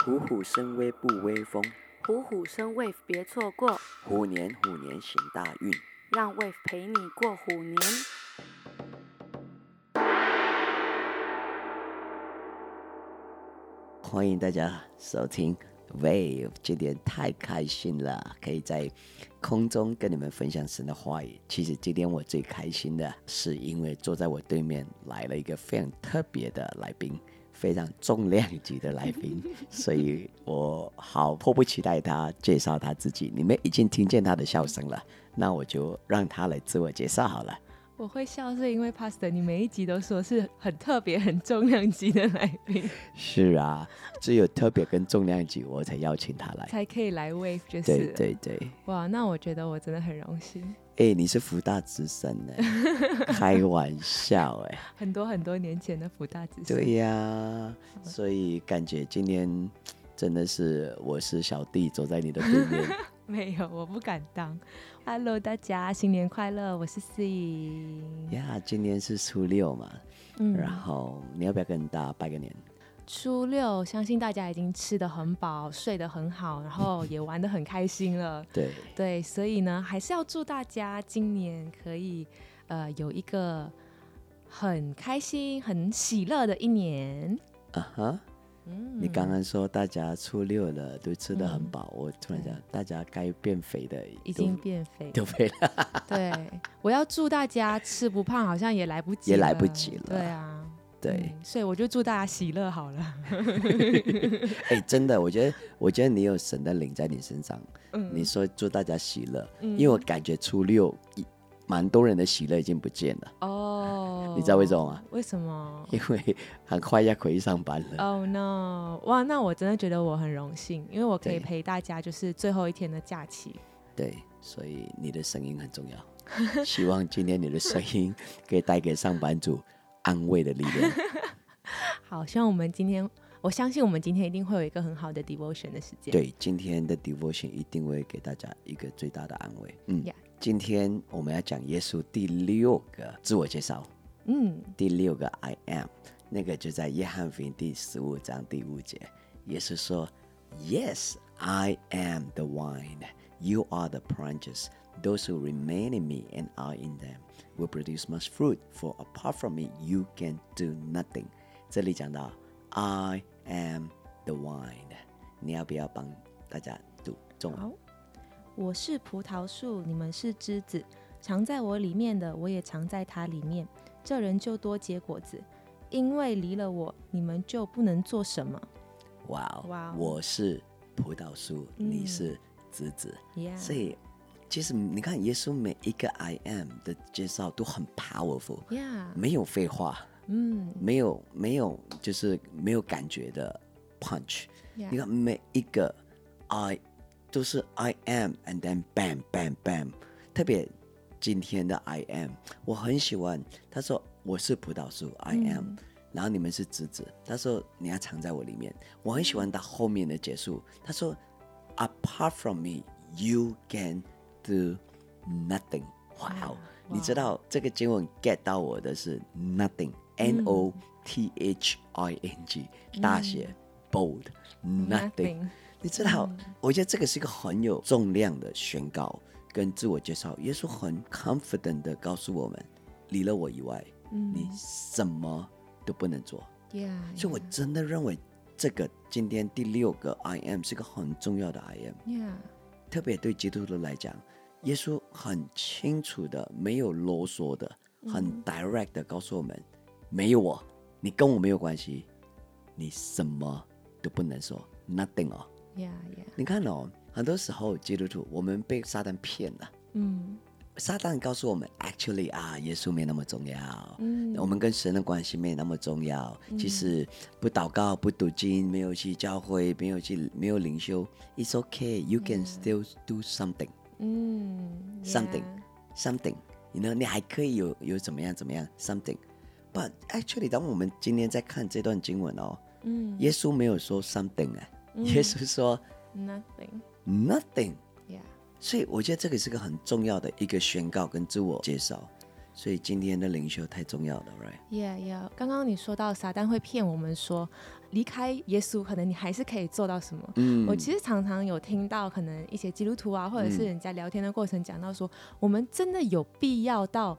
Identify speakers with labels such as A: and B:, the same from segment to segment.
A: 虎虎生威不威风，
B: 虎虎生 wave 别错过，
A: 虎年虎年行大运。
B: 让 wave 陪你过虎年。
A: 欢迎大家收听 Wave，今天太开心了，可以在空中跟你们分享神的话语。其实今天我最开心的是，因为坐在我对面来了一个非常特别的来宾，非常重量级的来 宾，所以我好迫不及待他介绍他自己。你们已经听见他的笑声了，那我就让他来自我介绍好了。
C: 我会笑是因为 Pastor，你每一集都说是很特别、很重量级的来宾
A: 是啊，只有特别跟重量级我才邀请他来。
C: 才可以来 Wave，就是
A: 对
C: 了
A: 对对。
C: 哇，那我觉得我真的很荣幸，
A: 哎、你是福大之神 呢、开玩笑哎、
C: 很多很多年前的福大之声，
A: 对呀、所以感觉今天真的是我是小弟走在你的对面，
C: 没有，我不敢当。Hello，大家新年快乐，我是思怡。
A: 呀、今天是初六嘛，然
C: 嗯，
A: 后你要不要跟大家拜个年？
C: 初六，相信大家已经吃得很饱，睡得很好，然后也玩得很开心了。
A: 对，
C: 对，所以呢，还是要祝大家今年可以呃有一个很开心、很喜乐的一年。
A: 啊哈，
C: 嗯
A: 你刚刚说大家初六了都吃得很
C: 嗯
A: 饱，我突然
C: 对
A: 想大家该变肥的
C: 已
A: 都
C: 经变肥，
A: 都肥了，
C: 对，我要祝大家吃不胖，好像也来不及，
A: 也来不及了
C: 对啊，
A: 对。
C: 嗯所以我就祝大家喜乐好了。
A: 哎、真的，我觉得，我觉得你有神的灵在你身上。
C: 嗯
A: 你说祝大家喜乐，
C: 嗯
A: 因为我感觉初六一蛮多人的喜乐已经不见了，
C: 哦，
A: 你知道为什么吗？
C: 为什么
A: 因为很快要回去上班了。
C: ？Oh no！哇，那我真的觉得我很荣幸，因为我可以
A: 对
C: 陪大家，就是最后一天的假期。
A: 对，所以你的声音很重要。希望今天你的声音可以带给上班族安慰的力 量。
C: 好，希望我们今天，我相信我们今天一定会有一个很好的 devotion 的时间。，
A: 对，今天的 devotion 一定会给大家一个最大的安慰。嗯
C: Yeah
A: 今天我们要讲耶稣第六个自我介绍。
C: 嗯，
A: 第六个 I am，那个就在约翰福音第十五章第五节，耶稣说：“Yes, I am the vine. You are the branches. Those who remain in me and I in them will produce much fruit. For apart from me, you can do nothing.” 这里讲到 I am the vine，你要不要帮大家读中文？
C: 好我是葡萄树，你们是枝子，藏在我里面的，我也藏在它里面。这人就多结果子，因为离了我，你们就不能做什么。
A: 哇
C: 哇
A: 哦
C: 哦，
A: 我是葡萄树，你
C: 嗯
A: 是枝子。
C: Yeah，
A: 所以，其实你看，耶稣每一个 I am 的介绍都很 powerful，
C: Yeah，
A: 没有废话，
C: 嗯
A: 没有没有就是没有感觉的 punch。你
C: ，Yeah，
A: 看每一个 I 都是 I am，and then bam bam bam。特别今天的 I am，我很喜欢。他说我是葡萄树，I am，、然后你们是枝子。他说你要藏在我里面，我很喜欢他后面的结束。他说 Apart from me, you can do nothing。哇哦！你知道这个经文 get 到我的是 nothing，n o t h i n g，、大写 bold 嗯 nothing。你嗯知道，我觉得这个是一个很有重量的宣告跟自我介绍。耶稣很 confident 的告诉我们，离了我以外，
C: 嗯
A: 你什么都不能做。
C: ，Yeah，
A: 所以我真的认为，这个今天第六个 I am 是个很重要的 I am。
C: Yeah，
A: 特别对基督徒来讲，耶稣很清楚的，没有啰嗦的，很 direct 的告诉我们，没有我，你跟我没有关系，你什么都不能说，nothing 哦。
C: Yeah，Yeah，
A: 你看哦，很多时候基督徒我们被撒旦骗了，
C: 嗯
A: 撒旦告诉我们，actually 啊，耶稣没那么重要。
C: 嗯
A: 我们跟神的关系没那么重要。其实不祷告、不读经、没有去教会、没有去没有灵修，it's okay. You can still do something,
C: 嗯
A: something, something. 你呢？你还可以有有怎么样怎么样 something。But actually，当我们今天在看这段经文哦，
C: 嗯
A: 耶稣没有说 something 哎、耶稣说
C: ，Nothing，Yeah，
A: nothing。所以我觉得这个是个很重要的一个宣告跟自我介绍。所以今天的灵修太重要了，right？
C: Yeah, yeah。刚刚你说到撒旦会骗我们说，离开耶稣，可能你还是可以做到什么。
A: 嗯，
C: 我其实常常有听到，可能一些基督徒啊，或者是
A: 嗯
C: 人家聊天的过程讲到说，我们真的有必要到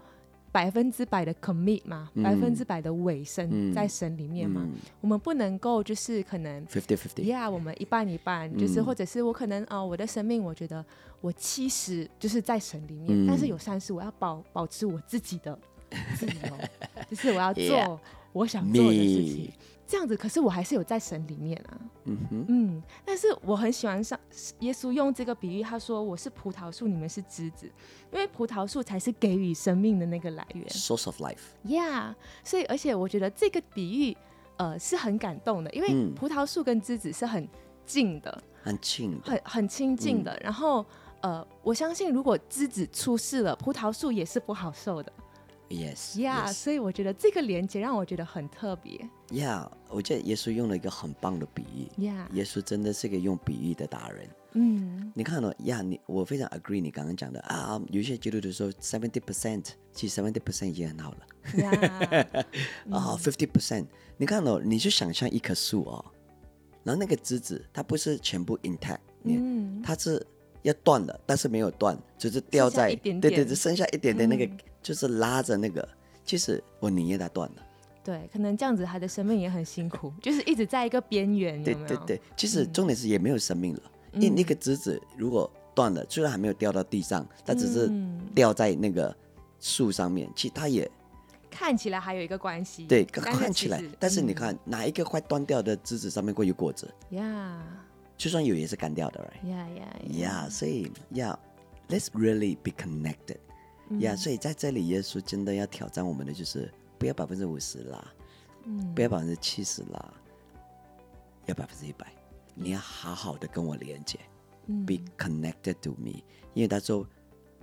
C: 百分之百的 commit 吗？
A: 嗯
C: 百分之百的委身
A: 嗯
C: 在神里面吗？
A: 嗯
C: 我们不能够就是可能。
A: ，fifty fifty，
C: Yeah，我们一半一半，就是
A: 嗯
C: 或者是我可能呃，我的生命我觉得我七十就是在神里面，
A: 嗯
C: 但是有三十我要保保持我自己的 自由，就是我要做
A: Yeah
C: 我想做的事
A: Me
C: 情，这样子。可是我还是有在神里面啊，
A: 嗯哼，
C: 嗯，但是我很喜欢上耶稣用这个比喻，他说我是葡萄树，你们是枝子，因为葡萄树才是给予生命的那个来源。
A: ，source of life，
C: Yeah，所以而且我觉得这个比喻，呃，是很感动的，因为
A: 嗯
C: 葡萄树跟枝子是很近的，
A: 很近的，
C: 很很亲近
A: 嗯
C: 的。然后，呃，我相信如果枝子出事了，葡萄树也是不好受的。Yeah，
A: ，yes，yes，yeah，
C: 所以我觉得这个连接让我觉得很特别。
A: 我觉得耶稣用了一个很棒的比喻。
C: Yeah，
A: 耶稣真的是个用比喻的达人。
C: 嗯
A: 你看哦，呀，你我非常 agree 你刚刚讲的啊，有一些基督徒说 seventy percent，其实 seventy percent 也很好了
C: ，Yeah，
A: 啊，fifty
C: 嗯
A: percent。你看哦，你就想象一棵树哦，然后那个枝子它不是全部 intact，你
C: 嗯，
A: 它是要断了，但是没有断，就是掉在
C: 剩下一点点
A: 对对，只剩下一点点那个，
C: 嗯
A: 就是拉着那个，其实我宁愿它断了。
C: 对，可能这样子他的生命也很辛苦，就是一直在一个边缘，
A: 对
C: 有没有？
A: 对对，其实重点是也没有生命了，
C: 嗯
A: 因为那个枝子如果断了，虽然还没有掉到地上，它只是
C: 嗯
A: 掉在那个树上面，其实它也
C: 看起来还有一个关系，
A: 对
C: 但是
A: 看
C: 其
A: 起来
C: 实，嗯
A: 但是你看、哪一个快断掉的枝子上面会有果子，
C: 呀
A: 就算有也是干掉的，right？
C: 呀呀
A: Yeah，所以 Yeah，let's really be connected。Yeah，、所
C: 嗯
A: 以在这里，耶稣真的要挑战我们的就是不要百分之五十啦，
C: 嗯
A: 不要百分之七十啦，要百分之一百。你要好好的跟我连接、
C: 嗯
A: b e connected to me，因为他说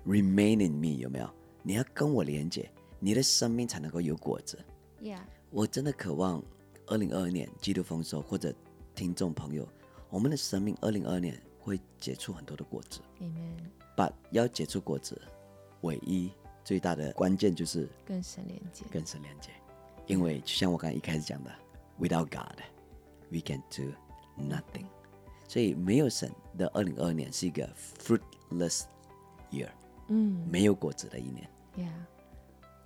A: remain in me，有没有？你要跟我连接，你的生命才能够有果子。
C: 呀
A: 我真的渴望二零二二年基督丰收，或者听众朋友，我们的生命二零二二年会结出很多的果子。
C: ，Amen，
A: 把要结出果子，唯一最大的关键就是
C: 跟神连接，
A: 跟神连接，因为就像我刚才一开始讲的，Without God, we can do nothing。所以没有神的二零二年是一个 fruitless year，
C: 嗯
A: 没有果子的一年。
C: 呀，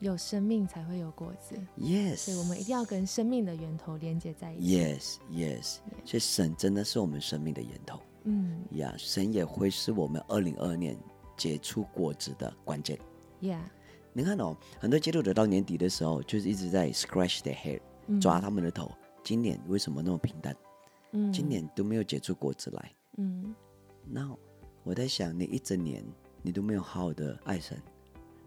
C: 有生命才会有果子，所以
A: Yes，
C: 我们一定要跟生命的源头连接在一起。
A: Yes, Yes。所以神真的是我们生命的源头
C: 嗯
A: 呀神也会是我们二零二年结出果子的关键。
C: 呀，
A: 你看哦，很多基督徒到年底的时候，就是一直在 scratch their head，、抓他们的头。今年为什么那么平淡？
C: 嗯
A: 今年都没有结出果子来。
C: 嗯
A: 那我在想，你一整年你都没有好好的爱神，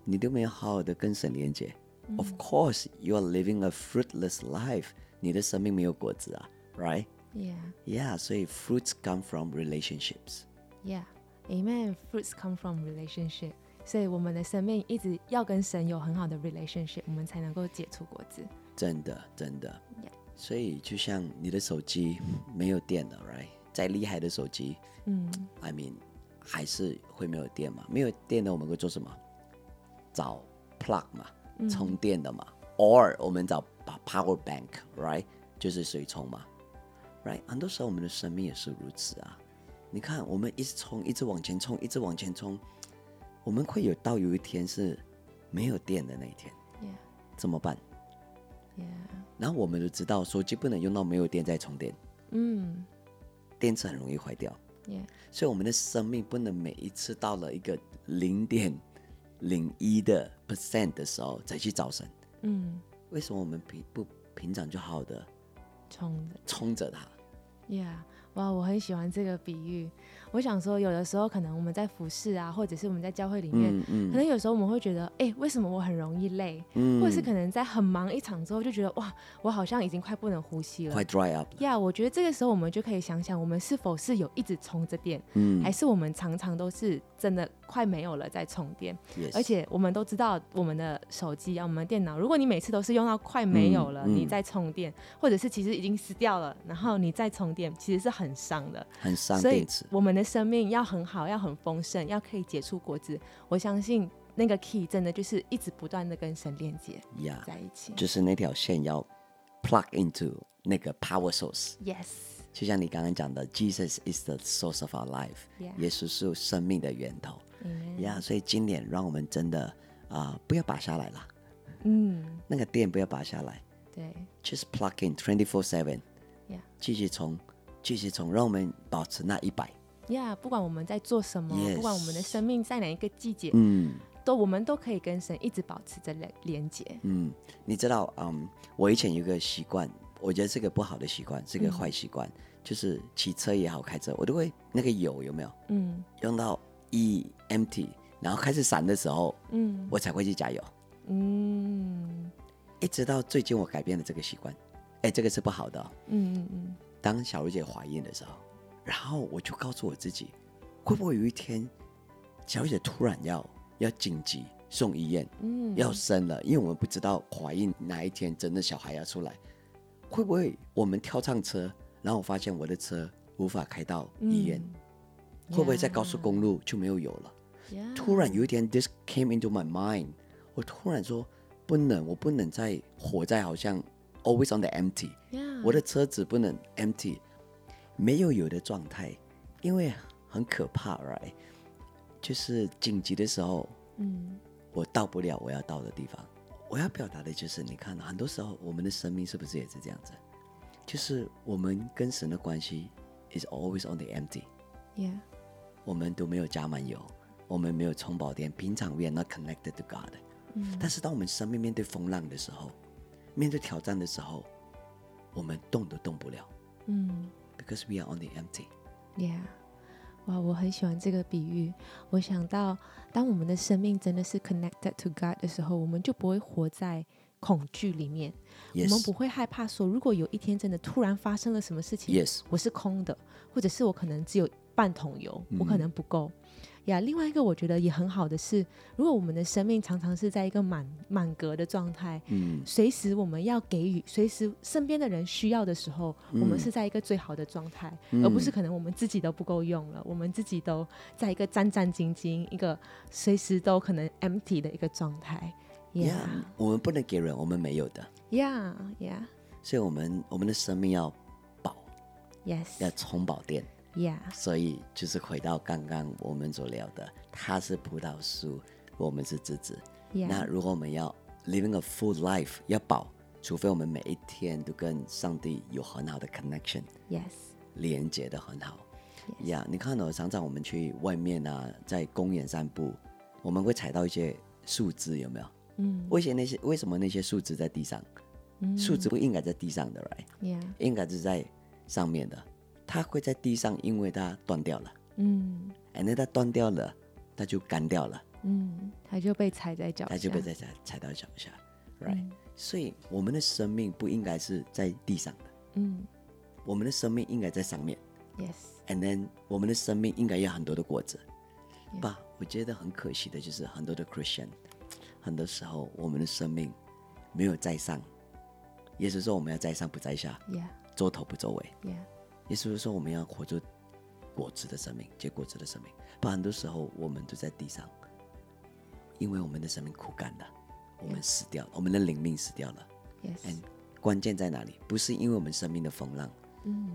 A: 你都没有好好的跟神连接。Of course, you are living a fruitless life。你的生命没有果子啊，right?
C: 呀
A: Yeah，所以 fruits come from relationships。
C: 呀，Amen。Fruits come from relationship，所以我们的生命一直要跟神有很好的 relationship，我们才能够结出果子。
A: 真的，真的
C: Yeah。
A: 所以就像你的手机没有电了，right？再厉害的手机
C: 嗯
A: I mean，还是会没有电嘛？没有电呢，我们会做什么？找 plug 嘛，
C: 嗯
A: 充电的嘛。偶尔我们找把 power bank，right，就是水充嘛，right。很多时候我们的生命也是如此啊。你看，我们一直冲，一直往前冲，一直往前冲，我们会有到有一天是没有电的那一天，
C: ，Yeah
A: 怎么办？
C: Yeah，
A: 然后我们都知道，手机不能用到没有电再充电，
C: 嗯
A: 电池很容易坏掉。
C: ，Yeah。
A: 所以我们的生命不能每一次到了一个零点零一的 percent 的时候才去找神。
C: 嗯，
A: 为什么我们平不平常就好好的
C: 冲的
A: 冲着它？
C: ，Yeah，哇，我很喜欢这个比喻。我想说，有的时候可能我们在服侍啊，或者是我们在教会里面，
A: 嗯
C: 可
A: 嗯
C: 能有时候我们会觉得，哎、为什么我很容易累？
A: 嗯
C: 或者是可能在很忙一场之后，就觉得哇，我好像已经快不能呼吸了
A: 快。dry up 了。
C: 呀我觉得这个时候我们就可以想想，我们是否是有一直充着电，
A: 嗯
C: 还是我们常常都是真的快没有了在充电？
A: ，yes，
C: 而且我们都知道，我们的手机啊，我们的电脑，如果你每次都是用到快没有了，
A: 嗯嗯
C: 你再充电，或者是其实已经死掉了，然后你再充电，其实是很伤的。
A: 很伤
C: 所以
A: 电池。
C: 我们的生命要很好，要很丰盛，要可以结出果子。我相信那个 key 真的就是一直不断的跟神链接
A: 呀、
C: 在一起。
A: 就是那条线要 plug into 那个 power source，
C: Yes，
A: 就像你刚刚讲的，Jesus is the source of our life，、
C: Yeah
A: 耶稣是生命的源头。
C: Amen
A: 呀所以今年让我们真的啊、不要拔下来了，
C: 嗯，
A: 那个电不要拔下来
C: 对
A: ，just plug in twenty four seven，
C: ，Yeah
A: 继续冲，继续冲，让我们保持那一百。
C: Yeah，不管我们在做什么
A: Yes
C: 不管我们的生命在哪一个季节，
A: 嗯
C: 都我们都可以跟神一直保持着连连接。
A: 嗯，你知道，嗯，我以前有个习惯，我觉得这个不好的习惯，是
C: 嗯
A: 个坏习惯，就是骑车也好，开车我都会那个油有没有
C: 嗯
A: 用到 E empty，然后开始闪的时候，
C: 嗯
A: 我才会去加油。
C: 嗯
A: 一直到最近我改变了这个习惯，哎，这个是不好的哦、
C: 嗯嗯嗯，
A: 当小茹姐怀孕的时候，然后我就告诉我自己，会不会有一天，小茹姐突然要要紧急送医院，
C: 嗯
A: 要生了，因为我们不知道怀孕哪一天真的小孩要出来，会不会我们跳上车，然后我发现我的车无法开到医院，会不会在高速公路就没有油了？
C: Yeah
A: 突然有一天，this came into my mind，我突然说，不能，我不能再活在好像 always on the empty。
C: Yeah
A: 我的车子不能 empty，没有油的状态，因为很可怕，right？就是紧急的时候，
C: 嗯
A: 我到不了我要到的地方。我要表达的就是，你看，很多时候我们的生命是不是也是这样子？就是我们跟神的关系 is always on the empty，
C: Yeah
A: 我们都没有加满油，我们没有充饱电，平常 we are not connected to God。
C: 嗯
A: 但是当我们生命面对风浪的时候，面对挑战的时候，我们动都动不了。
C: 嗯
A: because we are on the empty。
C: Yeah，哇，我很喜欢这个比喻。我想到，当我们的生命真的是 connected to God 的时候，我们就不会活在恐惧里面。我们
A: Yes，
C: 不会害怕说，如果有一天真的突然发生了什么事情
A: Yes
C: 我是空的，或者是我可能只有半桶油，
A: 嗯
C: 我可能不够。呀、另外一个我觉得也很好的是，如果我们的生命常常是在一个满满格的状态，
A: 嗯
C: 随时我们要给予，随时身边的人需要的时候，我们
A: 嗯
C: 是在一个最好的状态，而不是可能我们自己都不够用了，我们自己都在一个战战兢兢、一个随时都可能 empty 的一个状态。
A: ，Yeah，我们不能给人我们没有的，
C: Yeah, yeah,
A: 所以我们我们的生命要饱，要
C: yes,
A: 充饱电。
C: yeah,
A: 所以就是回到刚刚我们所聊的，它是葡萄树，我们是枝子。那
C: yeah,
A: 如果我们要 living a full life，要饱，除非我们每一天都跟上帝有很好的 connection，
C: yes,
A: 连接的很好。呀你看哦，常常我们去外面啊，在公园散步，我们会踩到一些树枝，有没有？
C: 嗯，
A: 为什那些为什么那些树枝在地上？
C: 嗯
A: 树枝不应该在地上的，right？
C: yeah，
A: 应该是在上面的。它会在地上，因为它断掉了，
C: 嗯
A: 哎，那它断掉了，它就干掉了，
C: 嗯，他就被踩在脚下，
A: 它就被再踩踩到脚下，right？、
C: 嗯
A: 所以我们的生命不应该是在地上的，
C: 嗯
A: 我们的生命应该在上面。
C: ，yes,
A: and then 我们的生命应该有很多的果子
C: Yeah.。
A: 吧，我觉得很可惜的就是很多的 Christian，很多时候我们的生命没有在上。耶稣说我们要在上不在下，
C: yeah,
A: 做头不做尾。
C: yeah,
A: 耶稣说我们要活出果子的生命，结果子的生命。不然很多时候我们都在地上，因为我们的生命苦干的，我们死掉了，我们的灵命死掉了。
C: yes，
A: And 关键在哪里？不是因为我们生命的风浪，
C: 嗯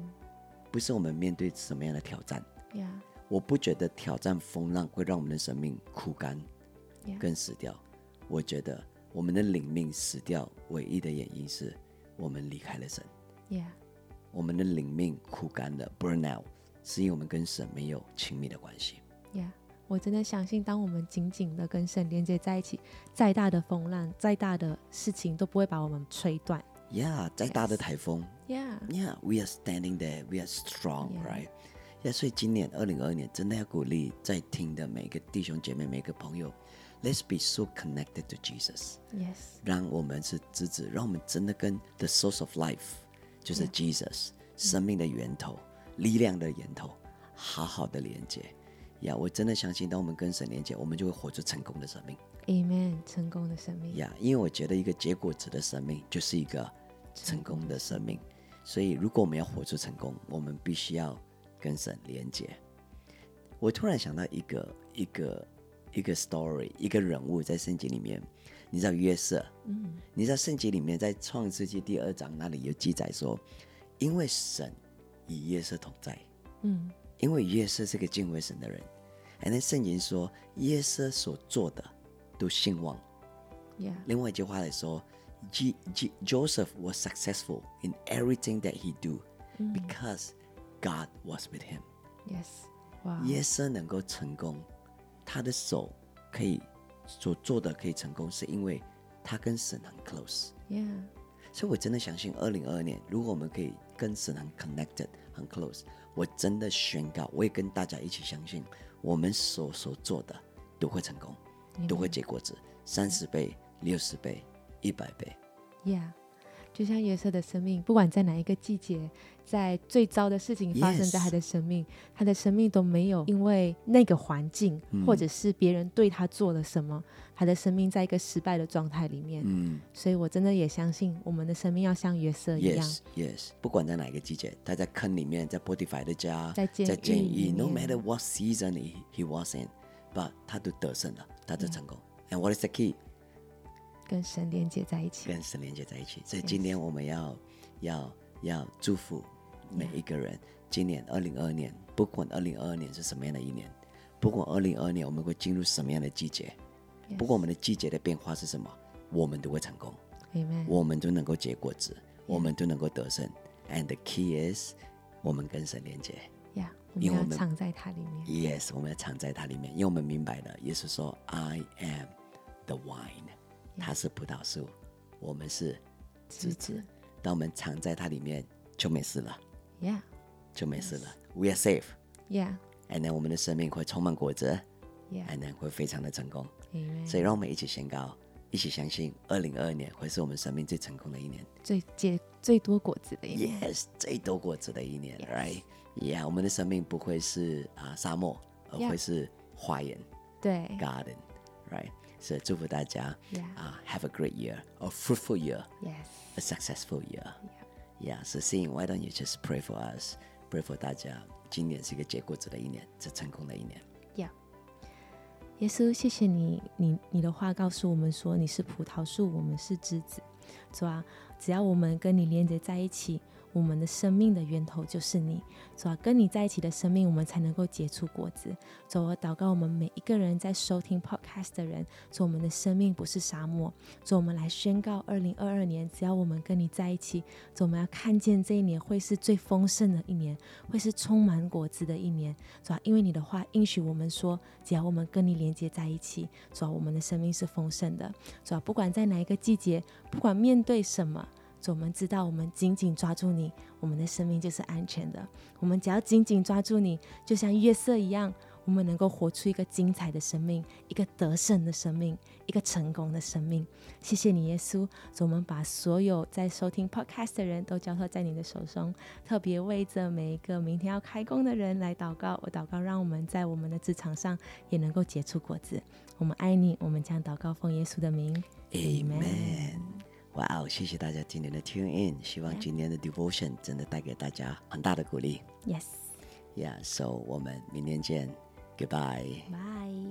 A: 不是我们面对什么样的挑战，
C: ，yeah,
A: 我不觉得挑战风浪会让我们的生命枯干
C: Yeah
A: 跟死掉。我觉得我们的灵命死掉，唯一的原因是我们离开了神，
C: yeah,
A: 我们的灵命枯干了 （burn out），是因为我们跟神没有亲密的关系。
C: Yeah，我真的相信，当我们紧紧的跟神连接在一起，再大的风浪、再大的事情都不会把我们吹断。
A: Yeah，再大的台风
C: Yeah，
A: ，Yeah，we are standing there，we are
C: Yeah
A: strong，right？yeah, 所以今年二零二二年真的要鼓励在听的每个弟兄姐妹、每个朋友，Let's be so connected to Jesus。
C: yes，
A: 让我们是枝子，让我们真的跟 the source of life，就是 Jesus 生命的源头、力量的源头，好好的连接。呀、我真的相信，当我们跟神连接，我们就会活出成功的生命。
C: Amen，成功的生命。
A: 呀、因为我觉得一个结果子的生命就是一个成功的生命，所以如果我们要活出成功，我们必须要跟神连接。我突然想到一个一个一个 story，一个人物在圣经里面。你知道约瑟？
C: 嗯
A: 你知道圣经里面在创世纪第二章那里有记载说，因为神与约瑟同在，
C: 嗯
A: 因为约瑟是个敬畏神的人。哎，那圣经说约瑟所做的都兴旺。
C: ，Yeah，
A: 另外一句话来说，G G Joseph was successful in everything that he do
C: 嗯
A: because God was with him。
C: ，Yes，哇，
A: 约瑟能够成功，他的手可以所做的可以成功，是因为他跟神很 close。
C: Yeah，
A: 所以我真的相信，二零二二年，如果我们可以跟神很 connected、很 close，我真的宣告，我也跟大家一起相信，我们所所做的都会成功，都会结果子，三十倍、六十倍、一百倍。
C: Yeah，就像约瑟的生命，不管在哪一个季节，在最糟的事情发生在
A: Yes
C: 他的生命他的生命都没有因为那个环境、
A: 嗯
C: 或者是别人对他做了什么，他的生命在一个失败的状态里面。
A: 嗯
C: 所以我真的也相信，我们的生命要像约瑟一样。
A: ，yes yes，不管在哪一个季节，他在坑里面，在 p o t i f y 的家，
C: 在监
A: 在监
C: 狱里
A: 狱，no
C: 面
A: matter what season he he was in，but 他都得胜了，他都成功。And what is the key？
C: 跟神连接在一起。
A: 跟神连接在一起。所以今天我们要要要祝福每一个人。今年二零二二年，不管二零二二年是什么样的一年，不管二零二二年我们会进入什么样的季节，不管我们的季节的变化是什么，我们都会成功，
C: Amen。
A: 我们都能够结果子，
C: 嗯
A: 我们都能够得胜。And the key is，我们跟神连接。
C: 呀，我
A: 因为
C: 们
A: 我们
C: 要藏在它里面。
A: Yes，我们要藏在它里面，因为我们明白了，耶稣说：“I am the wine。”它是葡萄树，我们是
C: 枝子。
A: 当我们藏在它里面，就没事了，
C: Yeah,
A: 就没事了。We are safe，
C: yeah,
A: 哎，那我们的生命会充满果子，哎，
C: yeah.
A: 那会非常的成功。
C: Amen。
A: 所以，让我们一起宣告，一起相信，二零二二年会是我们生命最成功的一年。
C: 最结最多果子的一面。
A: Yes，最多果子的一年，Right？Yeah，我们的生命不会是啊、沙漠，而
C: Yeah
A: 会是花园。
C: 对
A: garden, right? So 祝福大家
C: Yeah.
A: 啊 h a v e a great year, a fruitful year,
C: ，Yes。
A: a successful year. Yeah, so seeing why don't you just pray for us, pray for 大家。今年是一个结果子的一年，是成功的一年。
C: Yeah. 耶稣，谢谢你，你你的话告诉我们说，你是葡萄树，我们是枝子，主啊，只要我们跟你连接在一起，我们的生命的源头就是你，主啊，跟你在一起的生命，我们才能够结出果子。主啊，我祷告我们每一个人在收听 podcast 的人，主，我们的生命不是沙漠，主，我们来宣告二零二二年，只要我们跟你在一起，主，我们要看见这一年会是最丰盛的一年，会是充满果子的一年，主啊，因为你的话应许我们说，只要我们跟你连接在一起，主啊，我们的生命是丰盛的。主啊，不管在哪一个季节，不管面对什么，主，我们知道我们紧紧抓住你，我们的生命就是安全的。我们只要紧紧抓住你，就像约瑟一样，我们能够活出一个精彩的生命，一个得胜的生命，一个成功的生命。谢谢你，耶稣。主，我们把所有在收听 podcast 的人都交托在你的手中，特别为着每一个明天要开工的人来祷告。我祷告，让我们在我们的职场上也能够结出果子。我们爱你，我们将祷告奉耶稣的名。
A: Amen。哇哦，谢谢大家今天的 tune in，希望
C: Yeah
A: 今天的 devotion 真的带给大家很大的鼓励。
C: Yes，
A: Yeah，so 我们明天见，Goodbye。
C: bye。